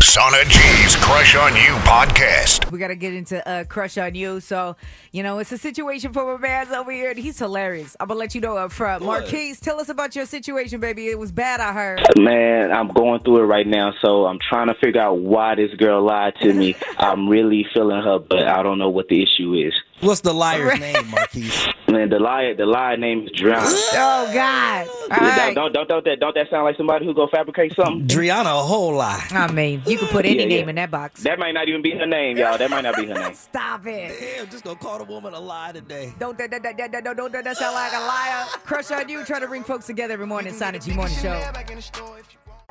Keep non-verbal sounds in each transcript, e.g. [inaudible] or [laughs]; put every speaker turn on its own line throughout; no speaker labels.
Sauna G's Crush on You podcast.
We got to get into uh, Crush on You. So, you know, it's a situation for my man's over here, and he's hilarious. I'm going to let you know up front. Marquise, tell us about your situation, baby. It was bad, I heard.
Man, I'm going through it right now, so I'm trying to figure out why this girl lied to me. I'm really feeling her, but I don't know what the issue is.
What's the liar's name, Marquise?
Man, the liar, the liar name is Drown.
Oh, God. All
Don't,
right.
don't, don't, don't that don't that sound like somebody who go fabricate something?
Driana, a whole lie.
I mean, you could put any
Yeah, yeah.
name in that box.
That might not even be her name, y'all. That might not be her name.
Stop it.
Damn, just gonna call the woman a lie today.
Don't that, that, that, that, that- don't that sound like a liar? Crush on you. Trying to bring folks together every morning. Sana G Morning Show.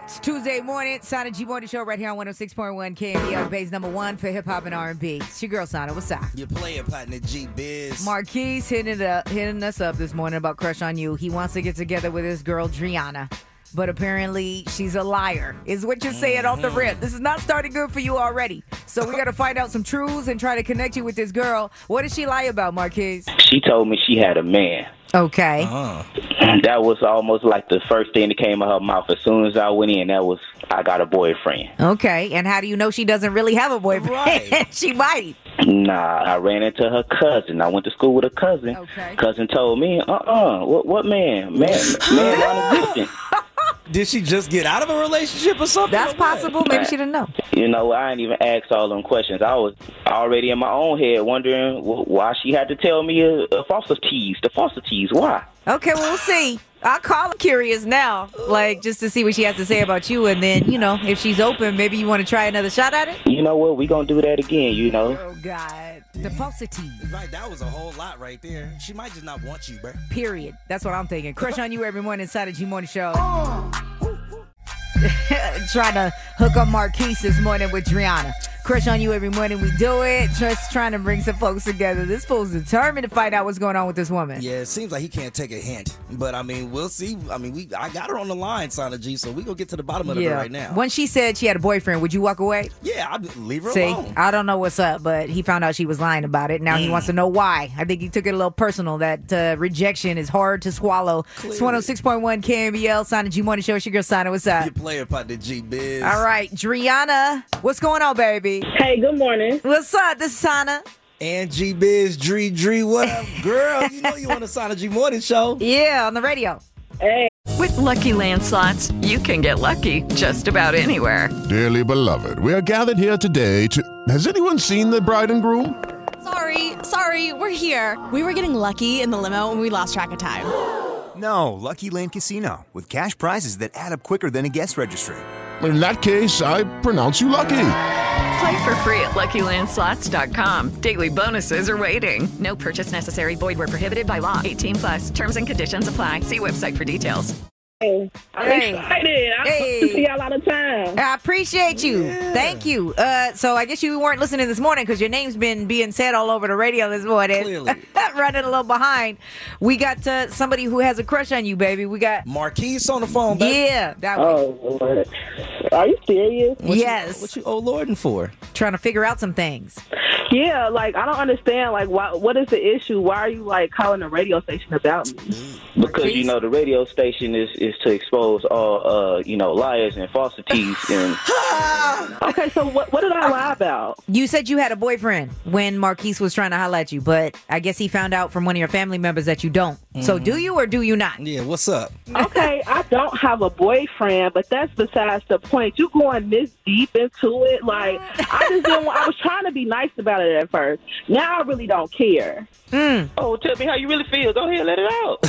It's Tuesday morning. Sana G Morning Show right here on 106.1 KMDR. Base number one for hip hop and R&B. It's your girl, Sana. What's up?
You're playing partner G Biz.
Marquise hitting it up, hitting us up this morning about crush on you. He wants to get together with his girl Driana, but apparently she's a liar. Is what you're saying off the
Mm-hmm.
rip. This is not starting good for you already. So we got to find out some truths and try to connect you with this girl. What did she lie about, Marquise? Uh-huh.
She told me she had a man. [clears throat]
Okay.
That was almost like the first thing that came out her mouth as soon as I went in. That was I got a boyfriend.
Okay. And how do you know she doesn't really have a boyfriend?
Right.
[laughs] she might.
Nah, I ran into her cousin. I went to school with her cousin.
Okay.
Cousin told me, uh, uh what, what man, man, [gasps] man, non-existent.
Did she just get out of a relationship or something?
That's
or what?
possible. Maybe she didn't know.
You know, I ain't even asked all them questions. I was already in my own head wondering wh- why she had to tell me uh, uh, falsities, the falsities. Why?
Okay, well, we'll see. I'll call her curious now, like just to see what she has to say about you. And then, you know, if she's open, maybe you want to try another shot at it?
You know what? We gonna do that again. You know.
Oh God, the falsity.
Right, that was a whole lot right there. She might just not want you, bro.
Period. That's what I'm thinking. Crush on you every morning inside the G Morning Show.
Uh.
[laughs] trying to hook up Marquise this morning with Driana. Crush on you every morning. We do it. Just trying to bring some folks together. This fool's determined to find out what's going on with this woman.
Yeah, it seems like he can't take a hint. But I mean, we'll see. I mean, we I got her on the line, Sana G, so we gonna get to the bottom of it right now.
When she said she had a boyfriend, would you walk away?
Yeah, I leave her
See,
alone.
I don't know what's up, but he found out she was lying about it. Now he wants to
Mm.
know why. I think he took it a little personal. That uh, rejection is hard to swallow. It's 106.1 KMBL, Sana G Morning Show. It's your girl, Sana. What's up?
You're playing partner G Biz.
All right, Driana, what's going on, baby?
Hey, good morning.
What's up? This is Sana.
And G Biz, Dree Dree, what up, girl? you know you want a Sana G morning show.
Yeah, on the radio.
Hey,
With Lucky Land slots, you can get lucky just about anywhere.
Dearly beloved, we are gathered here today to. Has anyone seen the bride and groom?
Sorry, sorry, we're here. We were getting lucky in the limo and we lost track of time.
No, Lucky Land Casino, with cash prizes that add up quicker than a guest registry.
In that case, I pronounce you lucky.
Play for free at LuckyLandSlots.com. Daily bonuses are waiting. No purchase necessary. Void where prohibited by law. 18 plus. Terms and conditions apply. See website for details.
hey, I'm
Hey.
excited. I
Hey.
hope to see y'all out of time.
I appreciate you. Thank you. Uh, so I guess you weren't listening this morning because your name's been being said all over the radio this morning.
Clearly.
[laughs] Running a little behind. We got uh, somebody who has a crush on you, baby. We got
Marquise on the phone, baby.
yeah, that way.
Oh, Lord. Are you serious?
What you-
yes.
what you owe Lorden for?
Trying to figure out some things.
Yeah, like I don't understand. Like, why? What is the issue? Why are you like calling the radio station about me?
Because you know the radio station is is to expose all uh you know liars and falsities [laughs] and
Okay, so what? What did I lie about?
You said you had a boyfriend when Marquise was trying to holler at you, but I guess he found out from one of your family members that you don't.
Mm-hmm.
So do you or do you not?
Yeah, what's up?
Okay, I don't have a boyfriend, but that's besides the point. You going this deep into it? Like, I just didn't. Want, I was trying to be nice about it at first. Now I really don't care.
oh tell me how you really feel. Go ahead, let it out.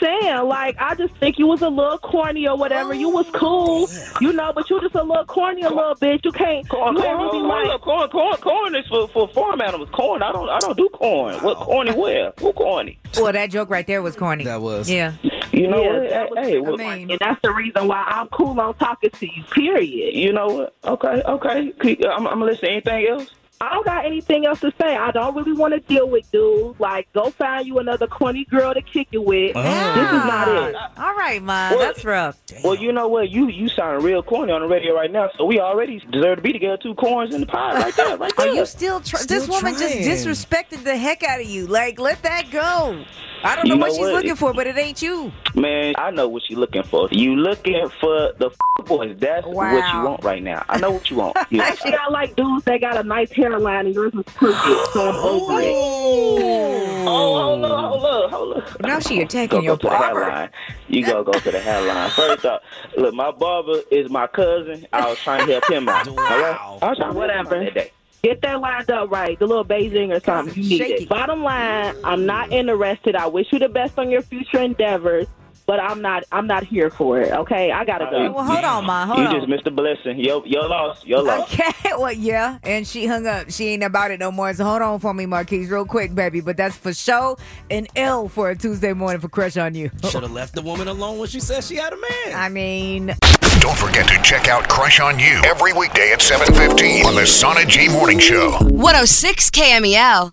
saying. Like, I just think you was a little corny or whatever. You was cool, you know, but you just a little corny, a little bitch. You can't.
Corn,
you
corn,
ain't really
corn,
like.
look, corn, corn, corn is for, for farm animals. Corn, I don't I don't do corn. What corny where? Who corny?
Well, that joke right there was corny.
That was.
Yeah.
You know
Yeah,
what?
that was-
Hey, hey,
I
well-
mean- and that's the reason why I'm cool on talking to you. Period.
You know what? Okay, okay. Keep- I'm, I'm gonna listen to anything else.
I don't got anything else to say. I don't really want to deal with dudes. Like, go find you another corny girl to kick it with.
Oh.
Oh.
This is not it.
All right, Ma. That's rough.
Well, you know what? You you sound real corny on the radio right now, so we already deserve to be together. Two corns in the pie, right
[laughs]
there, right there.
Are you still? Tr-
Still
this woman
trying.
just disrespected the heck out of you. Like, let that go. I don't
You
know, what
know
she's
what?
looking for, but it ain't you.
Man, I know what you're looking for. You looking for the f- boys. That's what you
Wow.
want right now. I know what you [laughs] want.
I
Yeah.
actually got like dudes that got a nice hairline and yours was crooked, so I'm over it.
Oh, hold on, hold on, hold on.
Now she
go,
attacking
go
your
to the
barber.
hairline. You gotta go to the hairline. First off, look, my barber is my cousin. I was trying to help him out. All right? I was trying to help him out
Whatever.
that day.
Get that lined up right, the little Beijing or something. You need
shaky.
it. Bottom line, I'm not interested. I wish you the best on your future endeavors, but I'm not. I'm not here for it. Okay, I gotta go.
Well, hold on, Ma. Hold
you
on.
just missed a blessing. Yo, your loss. Your loss.
Okay, [laughs] well, yeah, and she hung up. She ain't about it no more. So hold on for me, Marquise, real quick, baby. But that's for show and L for a Tuesday morning for Crush on You.
Should have left the woman alone when she said she had a man.
I mean,
Don't forget to check out Crush on You every weekday at 7:15 on the Sana G Morning Show.
106 KMEL.